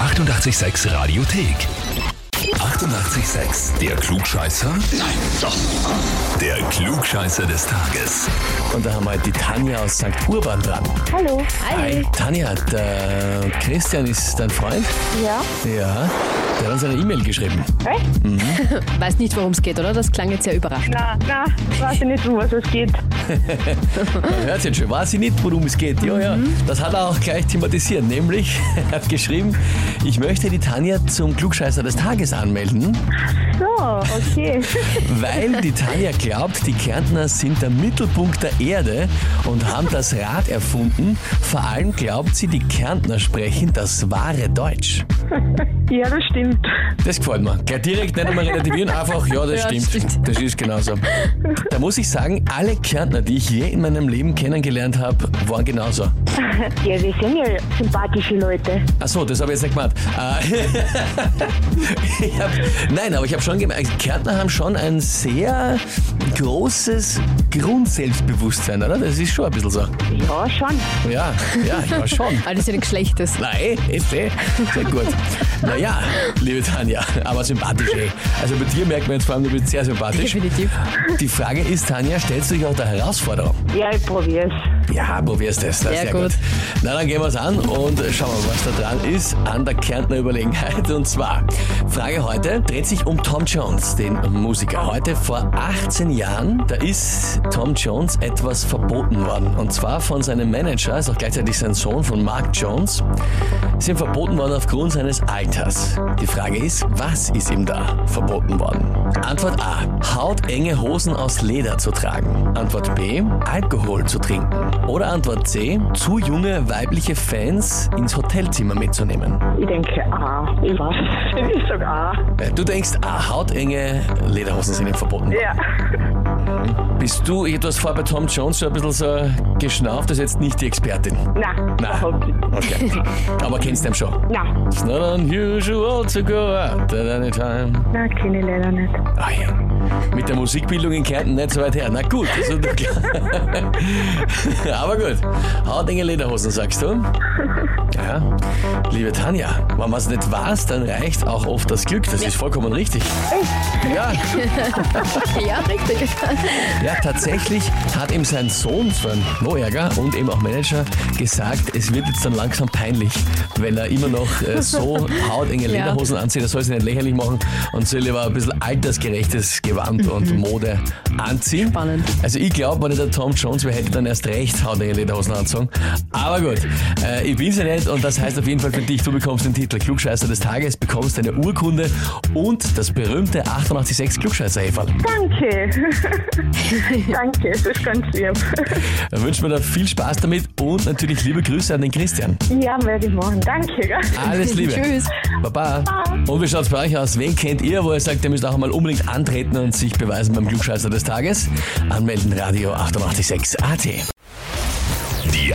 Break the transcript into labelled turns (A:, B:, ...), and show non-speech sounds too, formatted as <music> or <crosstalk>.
A: 886 Radiothek. 88,6. Der Klugscheißer? Nein, doch. Der Klugscheißer des Tages.
B: Und da haben wir halt die Tanja aus St. Urban dran.
C: Hallo.
B: Hi. Tanja, der Christian ist dein Freund?
C: Ja.
B: Ja. Der hat uns eine E-Mail geschrieben.
C: Echt?
D: Weiß nicht, worum es geht, oder? Das klang jetzt sehr überraschend.
C: Na, na, weiß ich nicht, um was es geht.
B: Man hört jetzt schon, weiß ich nicht, worum es geht. Ja, ja. Das hat er auch gleich thematisiert. Nämlich, <laughs> er hat geschrieben, ich möchte die Tanja zum Klugscheißer des Tages anmelden,
C: So, okay.
B: weil die Tanja glaubt, die Kärntner sind der Mittelpunkt der Erde und haben das Rad erfunden. Vor allem glaubt sie, die Kärntner sprechen das wahre Deutsch.
C: ja, das stimmt.
B: Das gefällt mir. Gleich direkt nicht einmal relativieren, einfach, ja, das
D: Ja,
B: stimmt.
D: stimmt.
B: Das ist genauso. Da muss ich sagen, alle Kärntner, die ich je in meinem Leben kennengelernt habe, waren genauso.
C: Ja, wir sind ja sympathische Leute.
B: Ach so, das habe ich jetzt nicht gemeint. Äh, <laughs> ich hab, nein, aber ich habe schon gemerkt, Kärntner haben schon ein sehr großes Grundselbstbewusstsein, oder? Das ist schon ein bisschen so.
C: Ja, schon.
B: Ja, ja, ich war schon.
D: Alles ist ja nichts Schlechtes.
B: Nein, ist eh. Sehr gut. Naja, liebe Tanja, aber sympathisch eh. Also bei dir merkt man jetzt vor allem, du bist sehr sympathisch.
D: Definitiv.
B: Die Frage ist, Tanja, stellst du dich auch der Herausforderung?
C: Ja, ich probier's.
B: Ja, probierst es. Das ist
D: Sehr
B: sehr gut.
D: gut.
B: Na, dann gehen wir es an und schauen wir, was da dran ist an der Kärntner Überlegenheit. Und zwar, Frage heute dreht sich um Tom Jones, den Musiker. Heute vor 18 Jahren, da ist Tom Jones etwas verboten worden. Und zwar von seinem Manager, ist auch gleichzeitig sein Sohn von Mark Jones, ist ihm verboten worden aufgrund seines Alters. Die Frage ist, was ist ihm da verboten worden? Antwort A. Hautenge Hosen aus Leder zu tragen. Antwort B. Alkohol zu trinken. Oder Antwort C. Zu junge weibliche Fans ins Hotelzimmer mitzunehmen.
C: Ich denke, ah, ich weiß <laughs> es nicht. Ich sag ah.
B: Äh, Du denkst, ah, hautenge Lederhosen sind ihm verboten. worden.
C: Ja.
B: Bist du etwas vor bei Tom Jones schon ein bisschen so geschnauft? Das ist jetzt nicht die Expertin.
C: Na,
B: Na,
C: überhaupt nicht.
B: okay. Aber kennst du ihn schon?
C: Na,
B: It's not unusual to go out at any time.
C: na, kenne ich leider nicht.
B: Ah ja. Mit der Musikbildung in Kärnten nicht so weit her. Na gut, also du, <laughs> aber gut. Hautenge Lederhosen, sagst du? Ja. Liebe Tanja, wenn man es nicht weiß, dann reicht auch oft das Glück. Das ist vollkommen richtig. Ja,
D: Ja, <laughs> richtig.
B: ja, tatsächlich hat ihm sein Sohn, sein No-Ärger und eben auch Manager gesagt, es wird jetzt dann langsam peinlich, wenn er immer noch äh,
D: <laughs>
B: so hautenge
D: Ja.
B: Lederhosen anzieht. Er soll sich nicht lächerlich machen und soll lieber ein bisschen altersgerechtes
D: <laughs>
B: Gewand und Mode anziehen.
D: Spannend.
B: Also ich glaube, wenn der Tom Jones wäre, hätte dann erst recht hautenge Lederhosen anzogen. Aber gut, äh, ich bin's ja nicht und das heißt auf jeden Fall für dich, du bekommst den Titel Klugscheißer des Tages, bekommst deine Urkunde und das berühmte 886 Klugscheißer-Heferl.
C: <laughs> Danke. Danke, das ist ganz lieb.
B: Dann wünschen wir dir viel Spaß damit und natürlich liebe Grüße an den Christian.
C: ja, werde ich machen. Danke, gell?
B: Alles Liebe.
D: Tschüss.
B: Baba. Und wie schaut's bei euch aus? Wen kennt ihr, wo ihr sagt, ihr müsst auch einmal unbedingt antreten und sich beweisen beim Glückscheißer des Tages? Anmelden Radio 886 AT.
A: Die